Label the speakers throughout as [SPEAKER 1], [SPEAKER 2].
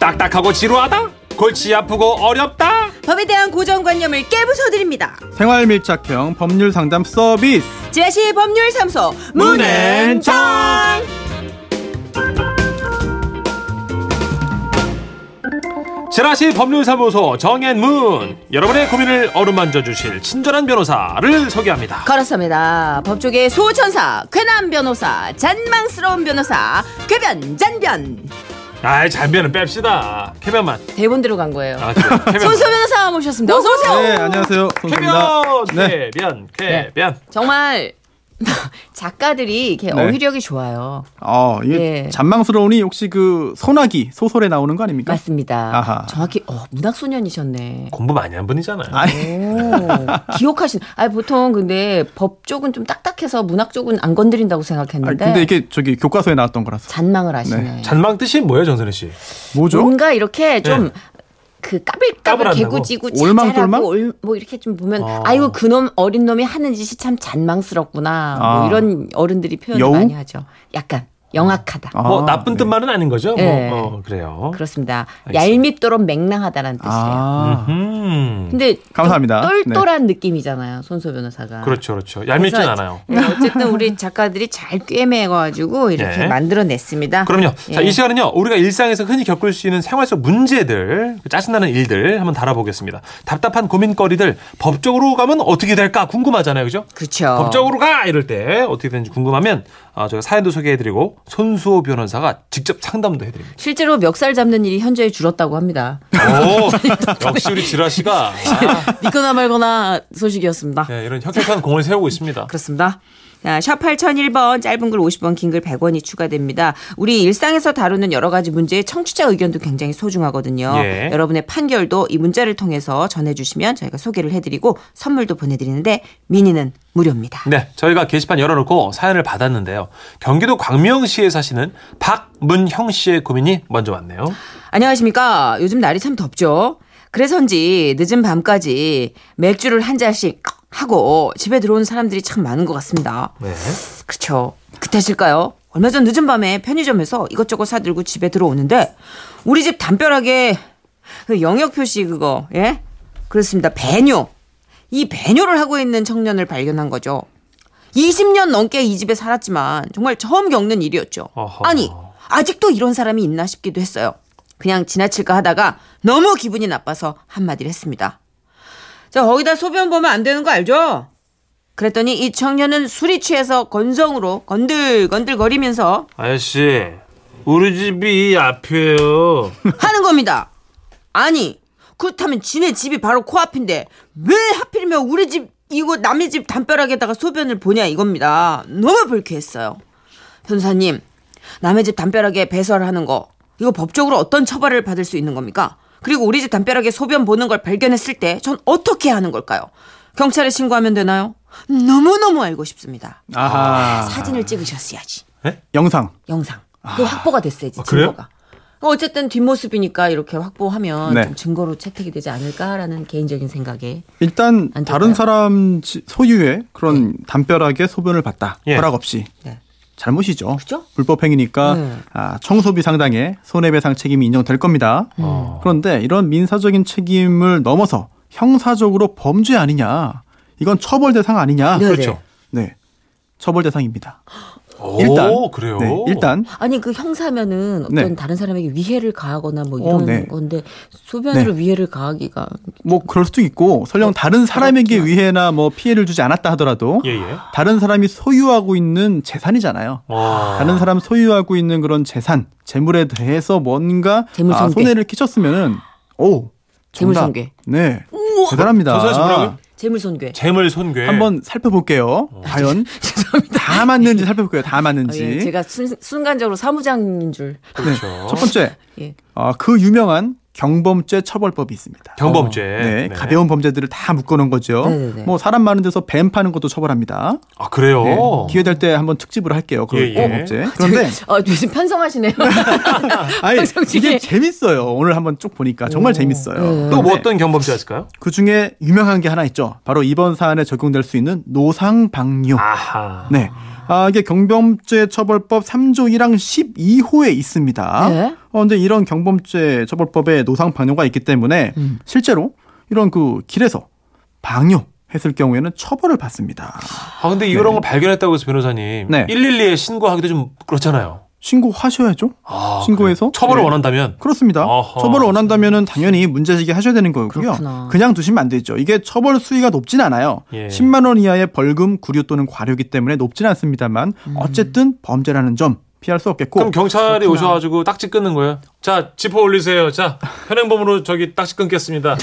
[SPEAKER 1] 딱딱하고 지루하다? 골치 아프고 어렵다?
[SPEAKER 2] 법에 대한 고정관념을 깨부숴드립니다.
[SPEAKER 3] 생활 밀착형 법률 상담 서비스.
[SPEAKER 2] 지라시 법률사무소 문앤정
[SPEAKER 1] 지라시 법률사무소 정앤문 여러분의 고민을 어루만져 주실 친절한 변호사를 소개합니다.
[SPEAKER 2] 걸었습니다. 법조계 소천사 괴남 변호사 잔망스러운 변호사 괴변 잔변
[SPEAKER 1] 아, 잔변은 뺍시다. 캐변만.
[SPEAKER 2] 대본대로 간 거예요.
[SPEAKER 1] 아, 그래. 캐변.
[SPEAKER 2] 손소 변호사 모셨습니다. 어서 오세요.
[SPEAKER 3] 네, 안녕하세요. 손수입니다.
[SPEAKER 1] 캐변.
[SPEAKER 3] 네.
[SPEAKER 1] 캐변. 캐변.
[SPEAKER 2] 정말 작가들이 이렇게
[SPEAKER 3] 네.
[SPEAKER 2] 어휘력이 좋아요.
[SPEAKER 3] 어, 이게
[SPEAKER 2] 예.
[SPEAKER 3] 잔망스러우니 혹시 그 소나기 소설에 나오는 거 아닙니까?
[SPEAKER 2] 맞습니다.
[SPEAKER 3] 아하.
[SPEAKER 2] 정확히 어, 문학 소년이셨네.
[SPEAKER 1] 공부 많이 한 분이잖아요.
[SPEAKER 3] 아니,
[SPEAKER 2] 네. 오, 기억하신. 아 보통 근데 법 쪽은 좀 딱딱해서 문학 쪽은 안 건드린다고
[SPEAKER 3] 아,
[SPEAKER 2] 생각했는데
[SPEAKER 3] 근데 이게 저기 교과서에 나왔던 거라서.
[SPEAKER 2] 잔망을 하시네.
[SPEAKER 3] 네.
[SPEAKER 1] 잔망 뜻이 뭐예요, 정선혜 씨?
[SPEAKER 3] 뭐죠?
[SPEAKER 2] 뭔가 이렇게 좀
[SPEAKER 1] 네.
[SPEAKER 2] 그 까불까불
[SPEAKER 1] 까불한다고?
[SPEAKER 2] 개구지고
[SPEAKER 3] 올망 똘망?
[SPEAKER 2] 자잘하고 올- 뭐 이렇게 좀 보면
[SPEAKER 1] 어.
[SPEAKER 2] 아이고 그놈 어린 놈이 하는 짓이 참 잔망스럽구나 뭐
[SPEAKER 3] 아.
[SPEAKER 2] 이런 어른들이 표현을
[SPEAKER 3] 여우?
[SPEAKER 2] 많이 하죠. 약간 영악하다.
[SPEAKER 3] 아,
[SPEAKER 1] 뭐 나쁜
[SPEAKER 3] 네.
[SPEAKER 1] 뜻만은 아닌 거죠?
[SPEAKER 2] 네.
[SPEAKER 1] 뭐, 어, 그래요.
[SPEAKER 2] 그렇습니다.
[SPEAKER 1] 알겠습니다.
[SPEAKER 2] 얄밉도록 맹랑하다라는 뜻이에요.
[SPEAKER 3] 아,
[SPEAKER 1] 음.
[SPEAKER 2] 근데 좀
[SPEAKER 3] 감사합니다.
[SPEAKER 2] 똘똘한 느낌이잖아요, 손소 변호사가.
[SPEAKER 1] 네. 그렇죠, 그렇죠. 얄밉진
[SPEAKER 2] 그래서
[SPEAKER 1] 않아요.
[SPEAKER 2] 네, 어쨌든 우리 작가들이 잘 꿰매가지고 이렇게
[SPEAKER 1] 네.
[SPEAKER 2] 만들어냈습니다.
[SPEAKER 1] 그럼요. 자,
[SPEAKER 2] 예.
[SPEAKER 1] 이 시간은요, 우리가 일상에서 흔히 겪을 수 있는 생활 속 문제들, 그 짜증나는 일들 한번 다뤄보겠습니다. 답답한 고민거리들, 법적으로 가면 어떻게 될까 궁금하잖아요. 그죠?
[SPEAKER 2] 그렇죠.
[SPEAKER 1] 법적으로 가! 이럴 때 어떻게 되는지 궁금하면, 아, 저희가 사연도 소개해드리고, 손수호 변호사가 직접 상담도 해드립니다.
[SPEAKER 2] 실제로 멱살 잡는 일이 현저히 줄었다고 합니다.
[SPEAKER 1] 오, 역시 우리 지라 씨가, 아,
[SPEAKER 2] 믿거나 말거나 소식이었습니다.
[SPEAKER 1] 네, 이런 혁혁한 공을 세우고 있습니다.
[SPEAKER 2] 그렇습니다. 자, 샵 8001번 짧은 글 50원 긴 글 100원이 추가됩니다. 우리 일상에서 다루는 여러 가지 문제의 청취자 의견도 굉장히 소중하거든요.
[SPEAKER 1] 예.
[SPEAKER 2] 여러분의 판결도 이 문자를 통해서 전해주시면 저희가 소개를 해드리고 선물도 보내드리는데 미니는 무료입니다.
[SPEAKER 1] 네, 저희가 게시판 열어놓고 사연을 받았는데요. 경기도 광명시에 사시는 박문형 씨의 고민이 먼저 왔네요.
[SPEAKER 2] 안녕하십니까. 요즘 날이 참 덥죠. 그래서인지 늦은 밤까지 맥주를 한 잔씩 하고 집에 들어오는 사람들이 참 많은 것 같습니다.
[SPEAKER 1] 네.
[SPEAKER 2] 그렇죠. 그때실까요? 얼마 전 늦은 밤에 편의점에서 이것저것 사들고 집에 들어오는데 우리 집 담벼락에 그 영역 표시 그거 예 그렇습니다 배뇨 이 배뇨를 하고 있는 청년을 발견한 거죠. 20년 넘게 이 집에 살았지만 정말 처음 겪는 일이었죠.
[SPEAKER 1] 어허.
[SPEAKER 2] 아니 아직도 이런 사람이 있나 싶기도 했어요. 그냥 지나칠까 하다가 너무 기분이 나빠서 한마디를 했습니다. 자 거기다 소변 보면 안 되는 거 알죠? 그랬더니 이 청년은 술이 취해서 건성으로 건들건들거리면서
[SPEAKER 1] 아저씨, 우리 집이 이 앞이에요.
[SPEAKER 2] 하는 겁니다. 아니 그렇다면 지네 집이 바로 코앞인데 왜 하필이면 우리 집 이거 남의 집 담벼락에다가 소변을 보냐 이겁니다. 너무 불쾌했어요. 변사님 남의 집 담벼락에 배설하는 거 이거 법적으로 어떤 처벌을 받을 수 있는 겁니까? 그리고 우리 집 담벼락에 소변 보는 걸 발견했을 때 전 어떻게 하는 걸까요? 경찰에 신고하면 되나요? 너무너무 알고 싶습니다.
[SPEAKER 3] 아하.
[SPEAKER 2] 사진을 찍으셨어야지.
[SPEAKER 3] 영상.
[SPEAKER 2] 영상. 그 확보가 됐어야지
[SPEAKER 1] 아, 그래요?
[SPEAKER 2] 증거가. 어쨌든 뒷모습이니까 이렇게 확보하면
[SPEAKER 3] 네.
[SPEAKER 2] 좀 증거로 채택이 되지 않을까라는 개인적인 생각에.
[SPEAKER 3] 일단
[SPEAKER 2] 안 될까요?
[SPEAKER 3] 다른 사람 지- 소유의 그런 담벼락에 소변을 봤다.
[SPEAKER 1] 예.
[SPEAKER 3] 허락 없이.
[SPEAKER 2] 네.
[SPEAKER 3] 잘못이죠.
[SPEAKER 2] 그죠?
[SPEAKER 3] 불법 행위니까
[SPEAKER 2] 네.
[SPEAKER 3] 아, 청소비 상당의 손해배상 책임이 인정될 겁니다.
[SPEAKER 2] 음.
[SPEAKER 1] 어.
[SPEAKER 3] 그런데 이런 민사적인 책임을 넘어서 형사적으로 범죄 아니냐? 이건 처벌 대상 아니냐?
[SPEAKER 2] 네,
[SPEAKER 1] 그렇죠.
[SPEAKER 2] 네.
[SPEAKER 3] 네. 처벌 대상입니다.
[SPEAKER 1] 오,
[SPEAKER 3] 일단
[SPEAKER 1] 그래요.
[SPEAKER 3] 네, 일단
[SPEAKER 2] 아니 그 형사면은 어떤
[SPEAKER 3] 네.
[SPEAKER 2] 다른 사람에게 위해를 가하거나 뭐
[SPEAKER 3] 어,
[SPEAKER 2] 이런
[SPEAKER 3] 네.
[SPEAKER 2] 건데 소변으로 위해를 가하기가
[SPEAKER 3] 뭐 그럴 수도 있고 설령 다른 사람에게 위해나 뭐 피해를 주지 않았다 하더라도
[SPEAKER 1] 어, 그렇죠. 예, 예.
[SPEAKER 3] 다른 사람이 소유하고 있는 재산이잖아요.
[SPEAKER 1] 와.
[SPEAKER 3] 다른 사람 소유하고 있는 그런 재산, 재물에 대해서 뭔가
[SPEAKER 2] 재물손괴.
[SPEAKER 3] 아, 손해를 끼쳤으면은 오 정답.
[SPEAKER 2] 재물손괴.
[SPEAKER 3] 네 대단합니다. 아,
[SPEAKER 1] 저 사실 뭐라고요?
[SPEAKER 2] 재물손괴.
[SPEAKER 1] 재물 손괴.
[SPEAKER 3] 한번 살펴볼게요.
[SPEAKER 2] 아,
[SPEAKER 3] 과연 다 맞는지 살펴볼게요. 다 맞는지. 네.
[SPEAKER 2] 어, 예. 제가 순, 순간적으로 사무장인 줄.
[SPEAKER 1] 그렇죠.
[SPEAKER 3] 첫 번째,
[SPEAKER 2] 예.
[SPEAKER 3] 아, 그 유명한 경범죄 처벌법이 있습니다.
[SPEAKER 1] 경범죄.
[SPEAKER 3] 네, 가벼운 범죄들을 다 묶어놓은 거죠.
[SPEAKER 2] 네네네.
[SPEAKER 3] 뭐 사람 많은 데서 뱀 파는 것도 처벌합니다.
[SPEAKER 1] 아, 그래요.
[SPEAKER 3] 네, 기회 될 때 한번 특집으로 할게요. 그
[SPEAKER 1] 예, 예.
[SPEAKER 3] 범죄. 그런데
[SPEAKER 2] 어, 요즘 편성하시네요.
[SPEAKER 3] 아니,
[SPEAKER 2] 방송 중에. 네.
[SPEAKER 3] 이게 재밌어요. 오늘 한번 쭉 보니까 정말 재밌어요.
[SPEAKER 1] 또 뭐 어떤 경범죄였을까요?
[SPEAKER 3] 그 중에 유명한 게 하나 있죠. 바로 이번 사안에 적용될 수 있는 노상방뇨.
[SPEAKER 1] 아하.
[SPEAKER 3] 네. 아, 이게 경범죄 처벌법 3조 1항 12호에 있습니다.
[SPEAKER 2] 네.
[SPEAKER 3] 어, 근데 이런 경범죄 처벌법에 노상 방뇨가 있기 때문에
[SPEAKER 2] 음.
[SPEAKER 3] 실제로 이런 그 길에서 방뇨했을 경우에는 처벌을 받습니다.
[SPEAKER 1] 아 근데 이런 걸 발견했다고 해서 변호사님
[SPEAKER 3] 네.
[SPEAKER 1] 112에 신고하기도 좀 그렇잖아요.
[SPEAKER 3] 신고하셔야죠.
[SPEAKER 1] 아,
[SPEAKER 3] 신고해서?
[SPEAKER 1] 그래요? 처벌을
[SPEAKER 3] 네.
[SPEAKER 1] 원한다면
[SPEAKER 3] 그렇습니다.
[SPEAKER 1] 어허.
[SPEAKER 3] 처벌을 원한다면은 당연히 문제제기 하셔야 되는 거고요.
[SPEAKER 2] 그렇구나.
[SPEAKER 3] 그냥 두시면 안 되죠. 이게 처벌 수위가 높진 않아요.
[SPEAKER 1] 예.
[SPEAKER 3] 10만 원 이하의 벌금, 구류 또는 과료기 때문에 높진 않습니다만
[SPEAKER 2] 음.
[SPEAKER 3] 어쨌든 범죄라는 점 피할 수 없겠고
[SPEAKER 1] 그럼 경찰이 오셔가지고 딱지 끊는 거예요. 자 지퍼 올리세요. 자 현행범으로 저기 딱지 끊겠습니다.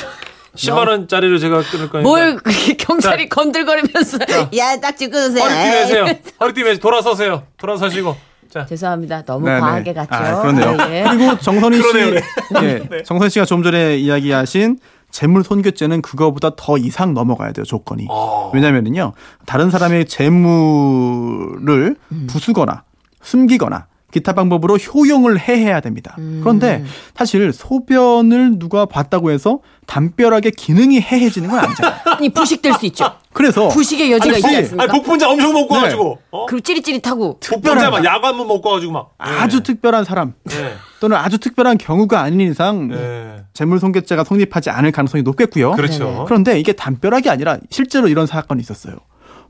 [SPEAKER 1] 10만 원짜리를 제가 끊을
[SPEAKER 3] 그러니까.
[SPEAKER 1] 거니까.
[SPEAKER 2] 뭘 그렇게 경찰이 건들거리면서 야 딱지 끊으세요.
[SPEAKER 1] 허리띠 내세요.
[SPEAKER 2] 에이.
[SPEAKER 1] 허리띠 내세요. 돌아서세요. 돌아서시고. 자
[SPEAKER 2] 죄송합니다. 너무
[SPEAKER 3] 네, 네.
[SPEAKER 2] 과하게 갔죠.
[SPEAKER 3] 아, 그러네요.
[SPEAKER 2] 아, 예.
[SPEAKER 3] 그리고 정선희 씨,
[SPEAKER 1] 그러네요,
[SPEAKER 3] 예, 정선희 씨가 좀 전에 이야기하신 재물 손괴죄는 그거보다 더 이상 넘어가야 돼요 조건이.
[SPEAKER 1] 아,
[SPEAKER 2] 아,
[SPEAKER 3] 왜냐면은요 다른 사람의 재물을
[SPEAKER 1] 음.
[SPEAKER 3] 부수거나 숨기거나 기타 방법으로 효용을 해해야 됩니다.
[SPEAKER 1] 음.
[SPEAKER 3] 그런데 사실 소변을 누가 봤다고 해서 담벼락의 기능이 해해지는 건 아니잖아요.
[SPEAKER 2] 아니 부식될 수 있죠.
[SPEAKER 3] 그래서
[SPEAKER 2] 부식의 여지가
[SPEAKER 3] 아니,
[SPEAKER 2] 있지
[SPEAKER 3] 혹시-
[SPEAKER 2] 않습니까?
[SPEAKER 1] 아니 복분자 엄청 먹고
[SPEAKER 3] 네.
[SPEAKER 1] 가지고. 어?
[SPEAKER 2] 그리고 찌릿찌릿하고
[SPEAKER 1] 복분자 막 야관문 먹고 가지고 막.
[SPEAKER 3] 아주 특별한 사람
[SPEAKER 1] 네.
[SPEAKER 3] 또는 아주 특별한 경우가 아닌 이상
[SPEAKER 1] 네.
[SPEAKER 3] 재물손괴죄가 성립하지 않을 가능성이 높겠고요.
[SPEAKER 2] 네, 어?
[SPEAKER 1] 그렇죠.
[SPEAKER 3] 런데 이게 담벼락이 아니라 실제로 이런 사건이 있었어요.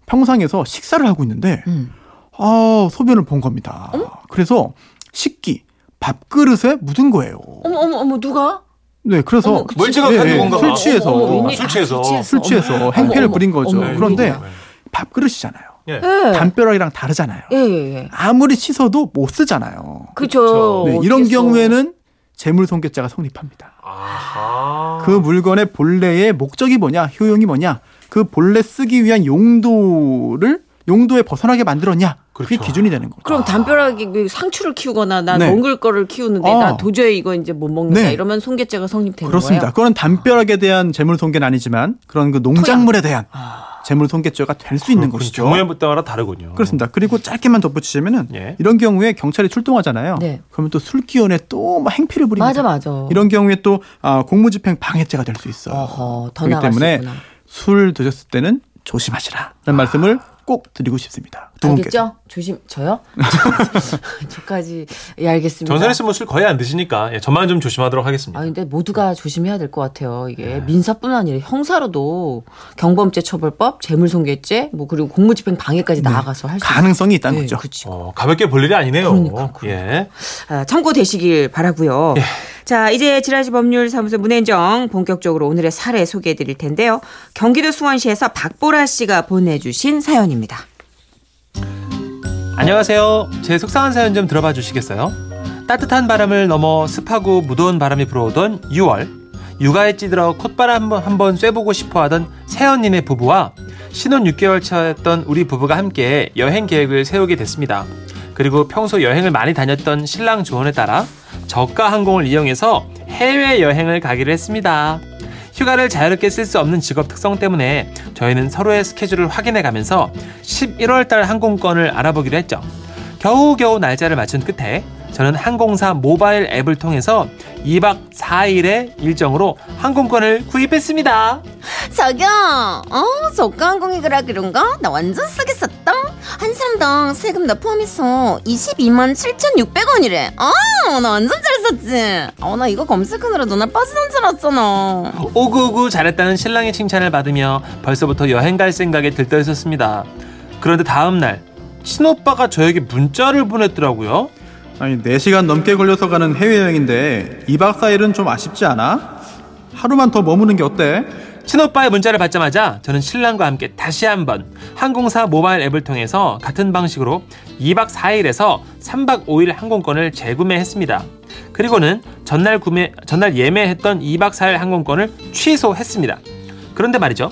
[SPEAKER 3] 평상에서 식사를 하고 있는데
[SPEAKER 2] 음.
[SPEAKER 3] 아, 소변을 본 겁니다.
[SPEAKER 2] 어?
[SPEAKER 3] 그래서 식기 밥그릇에 묻은 거예요.
[SPEAKER 2] 어머 어머 어머 누가?
[SPEAKER 3] 네, 그래서
[SPEAKER 2] 어머, 그
[SPEAKER 1] 멀쩡한
[SPEAKER 3] 예, 예,
[SPEAKER 1] 누군가
[SPEAKER 3] 술
[SPEAKER 1] 봐.
[SPEAKER 3] 취해서
[SPEAKER 2] 어머, 어머,
[SPEAKER 1] 술 취해서.
[SPEAKER 2] 아,
[SPEAKER 3] 술 취해서
[SPEAKER 2] 어머,
[SPEAKER 3] 행패를
[SPEAKER 2] 어머,
[SPEAKER 3] 부린 거죠.
[SPEAKER 1] 네,
[SPEAKER 2] 어머,
[SPEAKER 3] 그런데
[SPEAKER 2] 웬일이야.
[SPEAKER 3] 밥그릇이잖아요.
[SPEAKER 1] 예.
[SPEAKER 2] 예.
[SPEAKER 3] 담벼락이랑 다르잖아요.
[SPEAKER 2] 예, 예, 예.
[SPEAKER 3] 아무리 씻어도 못 쓰잖아요.
[SPEAKER 2] 그죠.
[SPEAKER 3] 네, 이런 경우에는 재물손괴죄가 성립합니다.
[SPEAKER 1] 아하.
[SPEAKER 3] 그 물건의 본래의 목적이 뭐냐, 효용이 뭐냐, 그 본래 쓰기 위한 용도를 용도에 벗어나게 만들었냐, 그게
[SPEAKER 1] 그렇죠.
[SPEAKER 3] 기준이 되는 거죠.
[SPEAKER 2] 그럼 담벼락이 그 상추를 키우거나 나
[SPEAKER 3] 네.
[SPEAKER 2] 덩글 거를 키우는데
[SPEAKER 3] 아.
[SPEAKER 2] 나 도저히 이거 이제 못 먹는다
[SPEAKER 3] 네.
[SPEAKER 2] 이러면 손괴죄가 성립되는
[SPEAKER 3] 그렇습니다.
[SPEAKER 2] 거예요.
[SPEAKER 3] 그건 담벼락에 대한 재물손괴는 아니지만 그런 그 농작물에 대한 재물손괴죄가 될 수 있는 것이죠.
[SPEAKER 1] 경우에 따라 다르군요.
[SPEAKER 3] 그렇습니다. 그리고 짧게만 덧붙이자면은
[SPEAKER 1] 예.
[SPEAKER 3] 이런 경우에 경찰이 출동하잖아요.
[SPEAKER 2] 네.
[SPEAKER 3] 그러면 또 술기운에 또막 행피를 부립니다.
[SPEAKER 2] 맞아 맞아.
[SPEAKER 3] 이런 경우에 또 아, 공무집행 방해죄가 될 수 있어요.
[SPEAKER 2] 어허, 더
[SPEAKER 3] 그렇기
[SPEAKER 2] 나갈 수
[SPEAKER 3] 때문에
[SPEAKER 2] 있구나.
[SPEAKER 3] 술 드셨을 때는 조심하시라라는 말씀을 꼭 드리고 싶습니다. 두 분께서.
[SPEAKER 2] 알겠죠? 조심 저요? 저까지 예 알겠습니다.
[SPEAKER 1] 전산에 쓰면 술 거의 안 드시니까 예, 저만 좀 조심하도록 하겠습니다.
[SPEAKER 2] 아 근데 모두가 조심해야 될 것 같아요. 이게 민사뿐만 아니라 형사로도 경범죄 처벌법, 재물손괴죄, 뭐 그리고 공무집행 방해까지 나아가서 할 수 있는
[SPEAKER 3] 가능성이 있다는 거죠.
[SPEAKER 2] 그치.
[SPEAKER 1] 어, 가볍게 볼 일이 아니네요.
[SPEAKER 2] 그러니까, 그러니까.
[SPEAKER 1] 예.
[SPEAKER 2] 아, 참고되시길 바라고요. 자, 이제 지라시 법률사무소 문현정 본격적으로 오늘의 사례 소개해 드릴 텐데요. 경기도 수원시에서 박보라 씨가 보내주신 사연입니다.
[SPEAKER 1] 안녕하세요. 제 속상한 사연 좀 들어봐 주시겠어요? 따뜻한 바람을 넘어 습하고 무더운 바람이 불어오던 6월. 육아에 찌들어 콧바람 한번, 한번 쐬보고 싶어 하던 세연님의 부부와 신혼 6개월 차였던 우리 부부가 함께 여행 계획을 세우게 됐습니다. 그리고 평소 여행을 많이 다녔던 신랑 조언에 따라 저가 항공을 이용해서 해외 여행을 가기로 했습니다. 휴가를 자유롭게 쓸 수 없는 직업 특성 때문에 저희는 서로의 스케줄을 확인해 가면서 11월 달 항공권을 알아보기로 했죠. 겨우겨우 날짜를 맞춘 끝에 저는 항공사 모바일 앱을 통해서 2박 4일의 일정으로 항공권을 구입했습니다.
[SPEAKER 4] 저기요, 어, 저가항공이라 그런가? 나 완전 싸게 썼다. 한 사람당 세금 다 포함해서 22만 7,600원이래. 아, 나 완전 잘 썼지. 어, 나 이거 검색하느라 눈알 빠지는 줄 알았잖아.
[SPEAKER 1] 오구오구 잘했다는 신랑의 칭찬을 받으며 벌써부터 여행 갈 생각에 들떠 있었습니다. 그런데 다음 날 친오빠가 저에게 문자를 보냈더라고요.
[SPEAKER 3] 아니, 4시간 넘게 걸려서 가는 해외여행인데 2박 4일은 좀 아쉽지 않아? 하루만 더 머무는 게 어때?
[SPEAKER 1] 친오빠의 문자를 받자마자 저는 신랑과 함께 다시 한번 항공사 모바일 앱을 통해서 같은 방식으로 2박 4일에서 3박 5일 항공권을 재구매했습니다. 그리고는 전날 구매 전날 예매했던 2박 4일 항공권을 취소했습니다. 그런데 말이죠.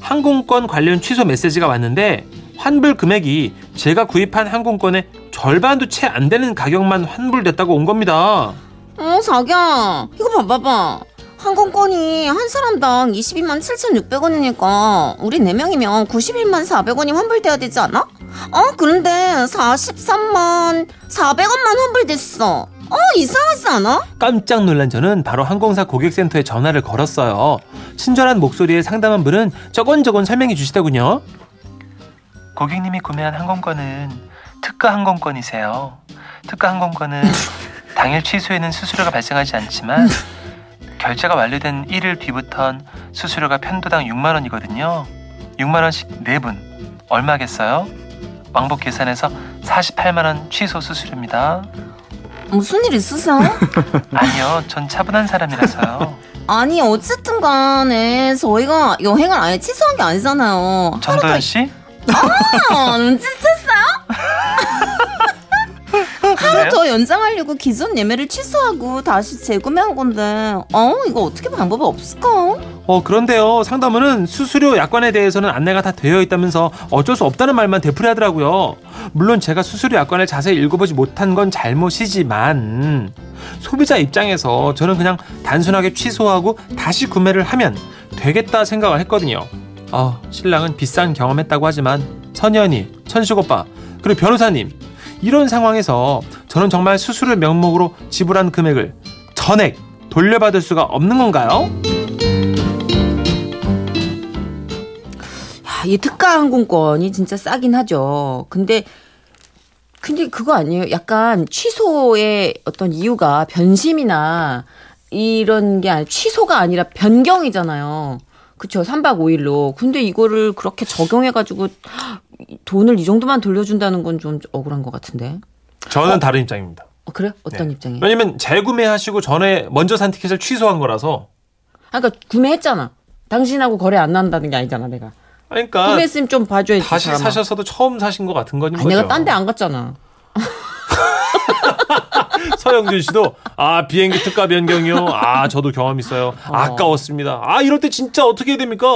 [SPEAKER 1] 항공권 관련 취소 메시지가 왔는데 환불 금액이 제가 구입한 항공권의 절반도 채 안 되는 가격만 환불됐다고 온 겁니다.
[SPEAKER 4] 어, 자기야, 이거 봐봐봐. 항공권이 한 사람당 22만 7,600원이니까 우리 네명이면 91만 400원이 환불돼야 되지 않아? 어, 그런데 43만 400원만 환불됐어. 어, 이상하지 않아?
[SPEAKER 1] 깜짝 놀란 저는 바로 항공사 고객센터에 전화를 걸었어요. 친절한 목소리의 상담한 분은 저건 저건 설명해 주시더군요. 고객님이 구매한 항공권은 특가 항공권이세요. 특가 항공권은 당일 취소에는 수수료가 발생하지 않지만 결제가 완료된 1일 뒤부턴 수수료가 편도당 6만 원이거든요. 6만 원씩 4분 얼마겠어요? 왕복 계산해서 48만 원 취소 수수료입니다.
[SPEAKER 4] 무슨 일 있으세요?
[SPEAKER 1] 아니요, 전 차분한 사람이라서요.
[SPEAKER 4] 아니 어쨌든 간에 저희가 여행을 아예 취소한 게 아니잖아요.
[SPEAKER 1] 전도연 씨?
[SPEAKER 4] 아, 눈치챘어요? 하루 더 연장하려고 기존 예매를 취소하고 다시 재구매한 건데 어 이거 어떻게 방법이 없을까?
[SPEAKER 1] 어 그런데요 상담원은 수수료 약관에 대해서는 안내가 다 되어 있다면서 어쩔 수 없다는 말만 되풀이하더라고요. 물론 제가 수수료 약관을 자세히 읽어보지 못한 건 잘못이지만 소비자 입장에서 저는 그냥 단순하게 취소하고 다시 구매를 하면 되겠다 생각을 했거든요. 아 신랑은 비싼 경험했다고 하지만 선현이 천식 오빠 그리고 변호사님 이런 상황에서 저는 정말 수수료 명목으로 지불한 금액을 전액 돌려받을 수가 없는 건가요?
[SPEAKER 2] 야, 아, 이 특가 항공권이 진짜 싸긴 하죠. 근데 근데 그거 아니에요. 약간 취소의 어떤 이유가 변심이나 이런 게 아니 취소가 아니라 변경이잖아요. 그쵸 3박 5일로. 근데 이거를 그렇게 적용해 가지고 돈을 이 정도만 돌려준다는 건 좀 억울한 것 같은데.
[SPEAKER 1] 저는 다른 입장입니다.
[SPEAKER 2] 어, 그래? 어떤
[SPEAKER 1] 네.
[SPEAKER 2] 입장이에요?
[SPEAKER 1] 왜냐면 재구매하시고 전에 먼저 산 티켓을 취소한 거라서.
[SPEAKER 2] 아, 그러니까 구매했잖아. 당신하고 거래 안 난다는 게 아니잖아, 내가.
[SPEAKER 1] 그러니까
[SPEAKER 2] 구매했으면 좀 봐줘야지.
[SPEAKER 1] 다시
[SPEAKER 2] 사람아.
[SPEAKER 1] 사셨어도 처음 사신 것 같은 거니
[SPEAKER 2] 아니, 내가 딴 데 안 갔잖아.
[SPEAKER 1] 서영준 씨도 아 비행기 특가 변경이요. 아 저도 경험 있어요. 아까웠습니다. 아 이럴 때 진짜 어떻게 해야 됩니까?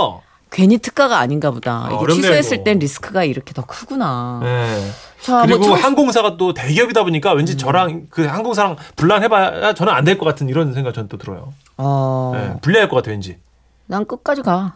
[SPEAKER 2] 괜히 특가가 아닌가 보다. 이게
[SPEAKER 1] 어렵네,
[SPEAKER 2] 취소했을
[SPEAKER 1] 이거.
[SPEAKER 2] 땐 리스크가 이렇게 더 크구나.
[SPEAKER 1] 네.
[SPEAKER 2] 자,
[SPEAKER 1] 그리고
[SPEAKER 2] 뭐 음. 청-
[SPEAKER 1] 항공사가 또 대기업이다 보니까 왠지 저랑 그 항공사랑 분란해봐야 저는 안 될 것 같은 이런 생각 저는 또 들어요.
[SPEAKER 2] 어,
[SPEAKER 1] 네, 불리할 것 같아 왠지.
[SPEAKER 2] 난 끝까지 가.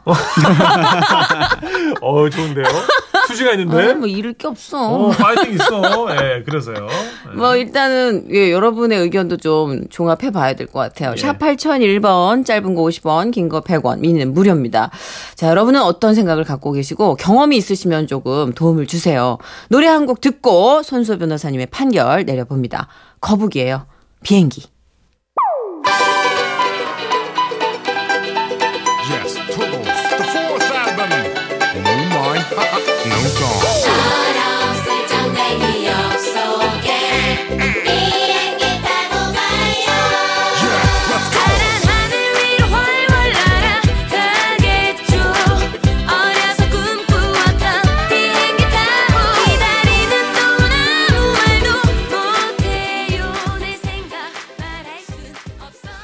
[SPEAKER 1] 어 좋은데요. 수지가
[SPEAKER 2] 어,
[SPEAKER 1] 있는데.
[SPEAKER 2] 뭐 잃을 게 없어.
[SPEAKER 1] 네? 어 파이팅 있어. 예 그래서요. 예.
[SPEAKER 2] 뭐 일단은 예, 여러분의 의견도 좀 종합해 봐야 될 것 같아요.
[SPEAKER 1] 예.
[SPEAKER 2] 샵 8001번 짧은 거 50원, 긴 거 100원, 미니는 무료입니다. 자, 여러분은 어떤 생각을 갖고 계시고 경험이 있으시면 조금 도움을 주세요. 노래 한 곡 듣고 손수 변호사님의 판결 내려봅니다. 거북이에요. 비행기.
[SPEAKER 5] Yes, Toodles, the fourth album. No mind, no song.
[SPEAKER 6] 슬쩍 내 기억 속에 비행기 타고 가요
[SPEAKER 5] Yeah, let's go.
[SPEAKER 6] 파란 하늘 위로 활활 날아가겠죠 어려서 꿈꾸었던 비행기 타고 기다리는 동안 아무 말도 못해요 내 생각 말할 순 없어요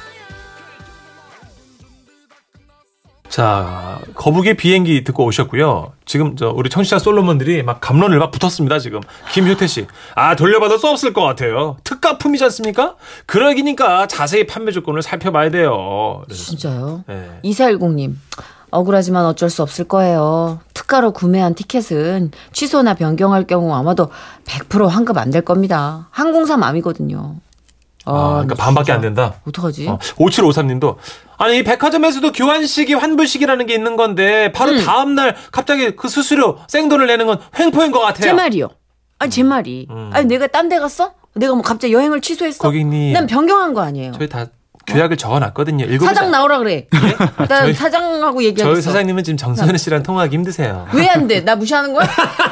[SPEAKER 1] 자, 거북이 비행기 듣고 오셨고요. 지금 저 우리 청취자 솔로몬들이 막 감론을 막 붙었습니다. 지금 김효태 씨, 아 돌려받을 수 없을 것 같아요. 특가품이지 않습니까? 그러기니까 자세히 판매 조건을 살펴봐야 돼요. 그래서,
[SPEAKER 2] 진짜요?
[SPEAKER 1] 예.
[SPEAKER 2] 2410님. 억울하지만 어쩔 수 없을 거예요. 특가로 구매한 티켓은 취소나 변경할 경우 아마도 100% 환급 안 될 겁니다. 항공사 맘이거든요.
[SPEAKER 1] 아, 그러니까
[SPEAKER 2] 네,
[SPEAKER 1] 반밖에 안 된다.
[SPEAKER 2] 어떡하지?
[SPEAKER 1] 어, 5753님도 아니 이 백화점에서도 교환식이 환불식이라는 게 있는 건데 바로 다음 날 갑자기 그 수수료 생돈을 내는 건 횡포인 것 같아요.
[SPEAKER 2] 제 말이요. 아니 제 말이.
[SPEAKER 1] 음.
[SPEAKER 2] 아니 내가 딴 데 갔어? 내가 뭐 갑자기 여행을 취소했어?
[SPEAKER 1] 고객님.
[SPEAKER 2] 난 변경한 거 아니에요.
[SPEAKER 1] 저희 다 규약을 적어놨거든요. 읽어보지
[SPEAKER 2] 사장
[SPEAKER 1] 않-
[SPEAKER 2] 나오라 그래. 난
[SPEAKER 1] 저희-
[SPEAKER 2] 사장하고
[SPEAKER 1] 저희
[SPEAKER 2] 얘기하겠어.
[SPEAKER 1] 사장님은 지금 정선혜
[SPEAKER 2] 네.
[SPEAKER 1] 씨랑 통화하기 힘드세요.
[SPEAKER 2] 왜 안 돼? 나 무시하는 거야?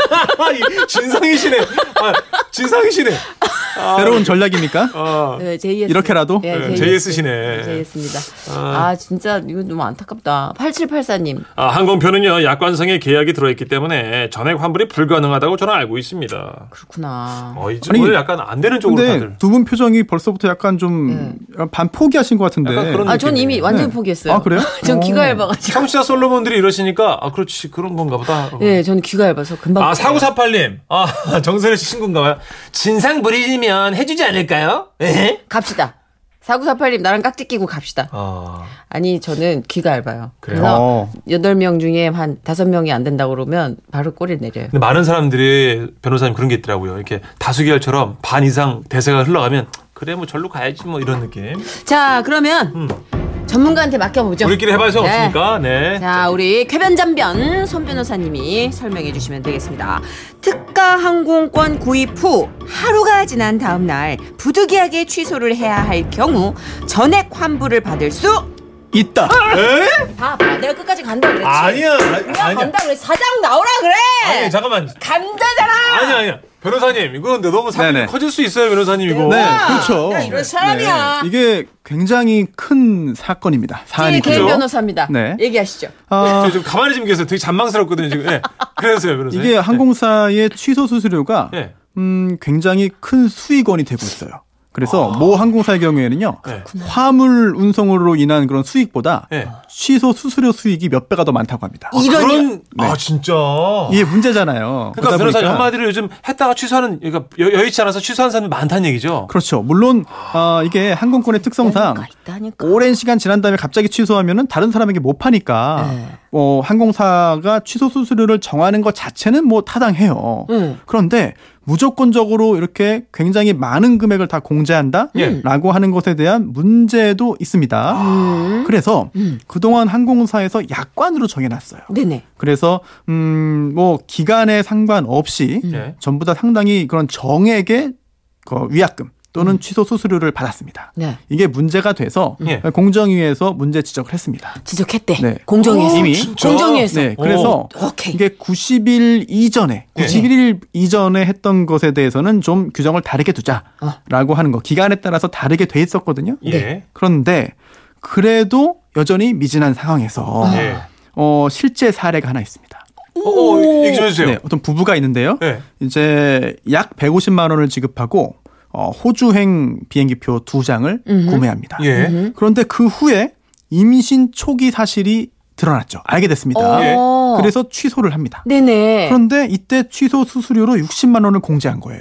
[SPEAKER 1] 이 진상이시네. 아, 진상이시네.
[SPEAKER 3] 새로운 전략입니까?
[SPEAKER 1] 아,
[SPEAKER 2] 네, JS.
[SPEAKER 3] 이렇게라도?
[SPEAKER 1] 네, JS 시네.
[SPEAKER 2] JS입니다. 아, 진짜 이거 너무 안타깝다. 8784님.
[SPEAKER 1] 아, 항공표는요 약관상의 계약이 들어있기 때문에 전액 환불이 불가능하다고 저는 알고 있습니다.
[SPEAKER 2] 그렇구나.
[SPEAKER 1] 어, 이제
[SPEAKER 3] 아니,
[SPEAKER 1] 오늘 약간 안 되는 쪽으로
[SPEAKER 3] 근데
[SPEAKER 1] 다들.
[SPEAKER 3] 두 분 표정이 벌써부터 약간 좀 약간 반 포기하신 것 같은데.
[SPEAKER 1] 약간 그런
[SPEAKER 2] 아, 전
[SPEAKER 1] 느낌이에요.
[SPEAKER 2] 이미 완전히
[SPEAKER 3] 네.
[SPEAKER 2] 포기했어요.
[SPEAKER 3] 아, 그래요?
[SPEAKER 2] 전
[SPEAKER 3] 오.
[SPEAKER 2] 귀가 얇아가지고.
[SPEAKER 1] 청취자 솔로몬들이 이러시니까 아 그렇지 그런 건가 보다. 하고.
[SPEAKER 2] 예, 저는 귀가 얇아서 금방.
[SPEAKER 1] 아 사구사팔님, 아 정선혜 씨 친구인가봐요. 진상 부리시면 해주지 않을까요? 에?
[SPEAKER 2] 갑시다. 4948님, 나랑 깍지 끼고 갑시다.
[SPEAKER 1] 아,
[SPEAKER 2] 아니, 저는 귀가 얇아요.
[SPEAKER 1] 그래요?
[SPEAKER 2] 서
[SPEAKER 3] 어.
[SPEAKER 2] 8명 중에 한 5명이 안 된다고 그러면 바로 꼬리 내려요.
[SPEAKER 1] 근데 많은 사람들이 변호사님 그런 게 있더라고요. 이렇게 다수결처럼
[SPEAKER 3] 예.
[SPEAKER 1] 반 이상 대세가 흘러가면 그래 뭐 절로 가야지 뭐 이런 느낌.
[SPEAKER 2] 자, 그러면 전문가한테 맡겨보죠.
[SPEAKER 1] 우리끼리 해봐야
[SPEAKER 3] 예.
[SPEAKER 1] 소용
[SPEAKER 2] 네.
[SPEAKER 1] 없으니까. 네.
[SPEAKER 2] 자, 우리 쾌변잔변 손 변호사님이 설명해 주시면 되겠습니다. 특가 항공권 구입 후 하루가 지난 다음 날 부득이하게 취소를 해야 할 경우 전액 환불을 받을 수
[SPEAKER 3] 있다.
[SPEAKER 4] 봐봐 내가 끝까지 간다 그랬지
[SPEAKER 1] 아니야.
[SPEAKER 4] 내가 간다 그래 사장 나오라 그래
[SPEAKER 1] 아니 잠깐만.
[SPEAKER 4] 간다잖아
[SPEAKER 1] 아니 아니야. 변호사님 이거 근데 너무
[SPEAKER 3] 네네.
[SPEAKER 1] 사건이 커질 수 있어요 변호사님 이거. 아.
[SPEAKER 3] 네, 그렇죠.
[SPEAKER 4] 나 이런 사람이야.
[SPEAKER 3] 네. 이게 굉장히 큰 사건입니다.
[SPEAKER 4] 제
[SPEAKER 2] 예,
[SPEAKER 3] 사안이
[SPEAKER 4] 개인
[SPEAKER 1] 그죠?
[SPEAKER 4] 변호사입니다
[SPEAKER 3] 아, 네.
[SPEAKER 4] 얘기하시죠
[SPEAKER 3] 아,
[SPEAKER 1] 저 지금 가만히 좀 계세요. 되게 잔망스럽거든요 지금. 네. 그래서요 변호사님.
[SPEAKER 3] 이게 항공사의 취소 수수료가
[SPEAKER 1] 네. 네.
[SPEAKER 3] 음, 굉장히 큰 수익원이 되고 있어요. 그래서 모 항공사의 경우에는요
[SPEAKER 1] 아. 네.
[SPEAKER 3] 화물 운송으로 인한 그런 수익보다
[SPEAKER 1] 네.
[SPEAKER 3] 취소 수수료 수익이 몇 배가 더 많다고 합니다.
[SPEAKER 1] 그런
[SPEAKER 3] 네.
[SPEAKER 1] 아 진짜.
[SPEAKER 3] 이게 문제잖아요.
[SPEAKER 1] 그러니까
[SPEAKER 3] 그러다
[SPEAKER 1] 변호사님
[SPEAKER 3] 보니까-
[SPEAKER 1] 한마디로 요즘 했다가 취소하는 그러니까 여, 여의치 않아서 취소하는 사람이 많다는 얘기죠.
[SPEAKER 3] 그렇죠. 물론 아, 이게 항공권의 특성상
[SPEAKER 4] 뭔가 있다니까
[SPEAKER 3] 오랜 시간 지난 다음에 갑자기 취소하면은 다른 사람에게 못 파니까
[SPEAKER 4] 네.
[SPEAKER 3] 어, 항공사가 취소 수수료를 정하는 것 자체는 뭐 타당해요.
[SPEAKER 2] 음.
[SPEAKER 3] 그런데 무조건적으로 이렇게 굉장히 많은 금액을 다
[SPEAKER 1] 예.
[SPEAKER 3] 공제한다라고 하는 것에 대한 문제도 있습니다.
[SPEAKER 4] 음.
[SPEAKER 3] 그래서 그동안 항공사에서 약관으로 정해놨어요.
[SPEAKER 2] 네네.
[SPEAKER 3] 그래서 음뭐 기간에 상관없이
[SPEAKER 1] 예.
[SPEAKER 3] 전부 다 상당히 그런 정액의 그 위약금 또는 취소 수수료를 받았습니다.
[SPEAKER 2] 네.
[SPEAKER 3] 이게 문제가 돼서
[SPEAKER 1] 예.
[SPEAKER 3] 공정위에서 문제 지적을 했습니다.
[SPEAKER 2] 지적했대.
[SPEAKER 3] 네.
[SPEAKER 2] 공정위에서.
[SPEAKER 3] 이미?
[SPEAKER 2] 공정위에서.
[SPEAKER 3] 네, 그래서
[SPEAKER 2] 오케이.
[SPEAKER 3] 이게 90일 이전에
[SPEAKER 1] 네.
[SPEAKER 3] 91일 이전에 했던 것에 대해서는 좀 규정을 다르게 두자라고 하는 거 기간에 따라서 다르게 돼 있었거든요.
[SPEAKER 1] 어. 예. 네.
[SPEAKER 3] 그런데 그래도 여전히 미진한 상황에서
[SPEAKER 1] 예.
[SPEAKER 3] 어, 실제 사례가 하나 있습니다.
[SPEAKER 1] 어, 어, 얘기 좀 해주세요.
[SPEAKER 3] 네, 어떤 부부가 있는데요.
[SPEAKER 1] 네.
[SPEAKER 3] 이제 약 150만 원을 지급하고 어, 호주행 비행기표 두 장을 구매합니다.
[SPEAKER 1] 예.
[SPEAKER 3] 그런데 그 후에 임신 초기 사실이 드러났죠. 알게 됐습니다.
[SPEAKER 1] 예.
[SPEAKER 4] 어.
[SPEAKER 3] 그래서 취소를 합니다.
[SPEAKER 4] 네네
[SPEAKER 3] 그런데 이때 취소 수수료로 60만 원을 공제한 거예요.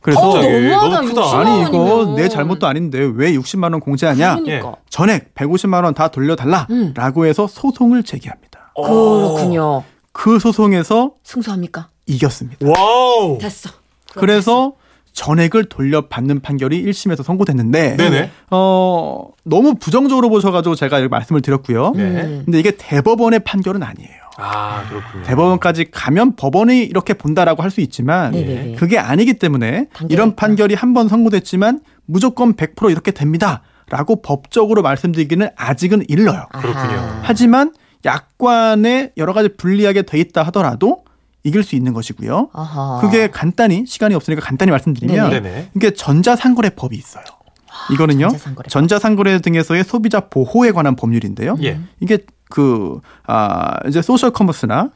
[SPEAKER 3] 그래서
[SPEAKER 1] 갑자기.
[SPEAKER 4] 어, 너무하다,
[SPEAKER 1] 너무 크다.
[SPEAKER 4] 60만
[SPEAKER 3] 아니 이거
[SPEAKER 4] 원이면.
[SPEAKER 3] 내 잘못도 아닌데 왜 60만 원 공제하냐? 예.
[SPEAKER 4] 그러니까
[SPEAKER 3] 전액 150만 원 다
[SPEAKER 4] 음.
[SPEAKER 3] 돌려달라라고 해서 소송을 제기합니다.
[SPEAKER 1] 어.
[SPEAKER 4] 그렇군요
[SPEAKER 3] 그 소송에서
[SPEAKER 4] 승소합니까
[SPEAKER 3] 이겼습니다.
[SPEAKER 1] 와우.
[SPEAKER 4] 됐어
[SPEAKER 3] 그래서 전액을 돌려받는 판결이 1심에서 선고됐는데
[SPEAKER 1] 네네.
[SPEAKER 3] 어, 너무 부정적으로 보셔가지고 제가 이렇게 말씀을 드렸고요.
[SPEAKER 1] 네.
[SPEAKER 3] 근데 이게 대법원의 판결은 아니에요.
[SPEAKER 1] 아 그렇군요.
[SPEAKER 3] 음. 대법원까지 가면 법원이 이렇게 본다라고 할 수 있지만
[SPEAKER 4] 네네네.
[SPEAKER 3] 그게 아니기 때문에 이런 판결이 한 번 선고됐지만 무조건 100% 이렇게 됩니다. 라고 법적으로 말씀드리기는 아직은 일러요.
[SPEAKER 1] 그렇군요.
[SPEAKER 3] 하지만 약관에 여러 가지 불리하게 돼 있다 하더라도 이길 수 있는 것이고요.
[SPEAKER 4] 아하.
[SPEAKER 3] 그게 간단히 시간이 없으니까 간단히 말씀드리면
[SPEAKER 1] 네네.
[SPEAKER 3] 이게 전자상거래법이 있어요. 이거는요.
[SPEAKER 4] 전자상거래법.
[SPEAKER 3] 전자상거래 등에서의 소비자 보호에 관한 법률인데요.
[SPEAKER 4] 네.
[SPEAKER 1] 예.
[SPEAKER 3] 이게 그 아, 이제 소셜 커머스나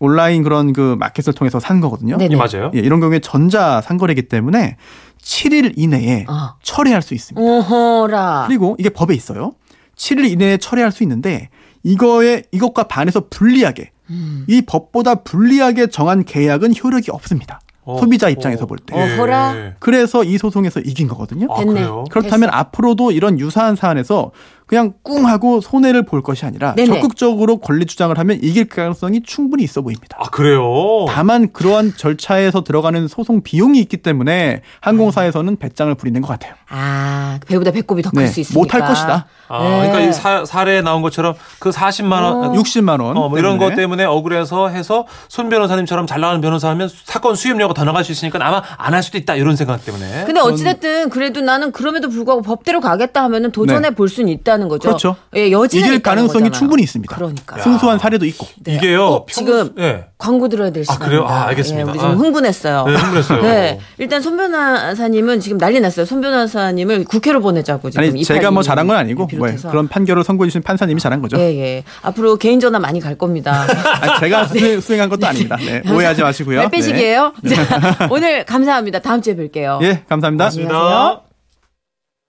[SPEAKER 3] 온라인 그런 그 마켓을 통해서 산 거거든요.
[SPEAKER 1] 이
[SPEAKER 4] 음. 네네.
[SPEAKER 1] 맞아요.
[SPEAKER 3] 예, 이런 경우에 전자상거래이기 때문에 7일 이내에
[SPEAKER 4] 아.
[SPEAKER 3] 철회할 수 있습니다.
[SPEAKER 4] 오호라
[SPEAKER 3] 그리고 이게 법에 있어요. 7일 이내에 철회할 수 있는데 이거에 이것과 반해서 불리하게
[SPEAKER 4] 음.
[SPEAKER 3] 이 법보다 불리하게 정한 계약은 효력이 없습니다.
[SPEAKER 1] 어,
[SPEAKER 3] 소비자
[SPEAKER 1] 어.
[SPEAKER 3] 입장에서 볼 때.
[SPEAKER 1] 예.
[SPEAKER 4] 어허라.
[SPEAKER 3] 그래서 이 소송에서 이긴 거거든요.
[SPEAKER 1] 아,
[SPEAKER 4] 됐네.
[SPEAKER 1] 그래요?
[SPEAKER 3] 그렇다면 앞으로도 이런 유사한 사안에서 그냥 꿍 하고 손해를 볼 것이 아니라
[SPEAKER 4] 네네.
[SPEAKER 3] 적극적으로 권리 주장을 하면 이길 가능성이 충분히 있어 보입니다.
[SPEAKER 1] 아 그래요.
[SPEAKER 3] 다만 그러한 절차에서 들어가는 소송 비용이 있기 때문에 항공사에서는 배짱을 부리는 것 같아요.
[SPEAKER 4] 아 배보다 배꼽이 더 클
[SPEAKER 3] 네,
[SPEAKER 4] 수 있으니까
[SPEAKER 3] 못할 것이다.
[SPEAKER 1] 아,
[SPEAKER 4] 네.
[SPEAKER 1] 그러니까 이 사, 사례에 나온 것처럼 그 40만 원,
[SPEAKER 3] 60만 원
[SPEAKER 1] 어, 뭐 이런
[SPEAKER 3] 때문에.
[SPEAKER 1] 것 때문에 억울해서 해서 손 변호사님처럼 잘 나가는 변호사 하면 사건 수입료가 더 나갈 수 있으니까 아마 안 할 수도 있다 이런 생각 때문에.
[SPEAKER 4] 근데 어찌됐든 그래도 나는 그럼에도 불구하고 법대로 가겠다 하면은 도전해
[SPEAKER 3] 네.
[SPEAKER 4] 볼 수는 있다는 거죠.
[SPEAKER 3] 그렇죠.
[SPEAKER 4] 예, 여지는
[SPEAKER 3] 이길
[SPEAKER 4] 있다는
[SPEAKER 3] 가능성이
[SPEAKER 4] 거잖아요.
[SPEAKER 3] 충분히 있습니다.
[SPEAKER 4] 그러니까.
[SPEAKER 3] 승소한 사례도 있고.
[SPEAKER 4] 네.
[SPEAKER 1] 이게요,
[SPEAKER 4] 어,
[SPEAKER 1] 평소-
[SPEAKER 4] 지금
[SPEAKER 1] 예.
[SPEAKER 4] 광고 들어야 될
[SPEAKER 1] 아,
[SPEAKER 4] 시간.
[SPEAKER 1] 그래요? 아, 알겠습니다.
[SPEAKER 4] 예, 우리 좀
[SPEAKER 1] 아.
[SPEAKER 4] 흥분했어요.
[SPEAKER 1] 네,
[SPEAKER 3] 그렇죠.
[SPEAKER 1] 흥분했어요.
[SPEAKER 4] 네. 일단 손 변호사님은 지금 난리 났어요. 손 변호사님을 국회로 보내자고 지금
[SPEAKER 3] 아니 제가 뭐 잘한 건 아니고 뭐
[SPEAKER 4] 비롯해서.
[SPEAKER 3] 그런 판결을 선고해 주신 판사님이 잘한 거죠.
[SPEAKER 4] 예, 예. 앞으로 개인 전화 많이 갈 겁니다.
[SPEAKER 3] 아니, 제가 수행, 한 것도 아닙니다. 네, 오해하지 마시고요.
[SPEAKER 4] 말 빼시기예요. 자, 오늘 감사합니다. 다음 주에 뵐게요.
[SPEAKER 3] 네. 예, 감사합니다.
[SPEAKER 1] 맞습니다.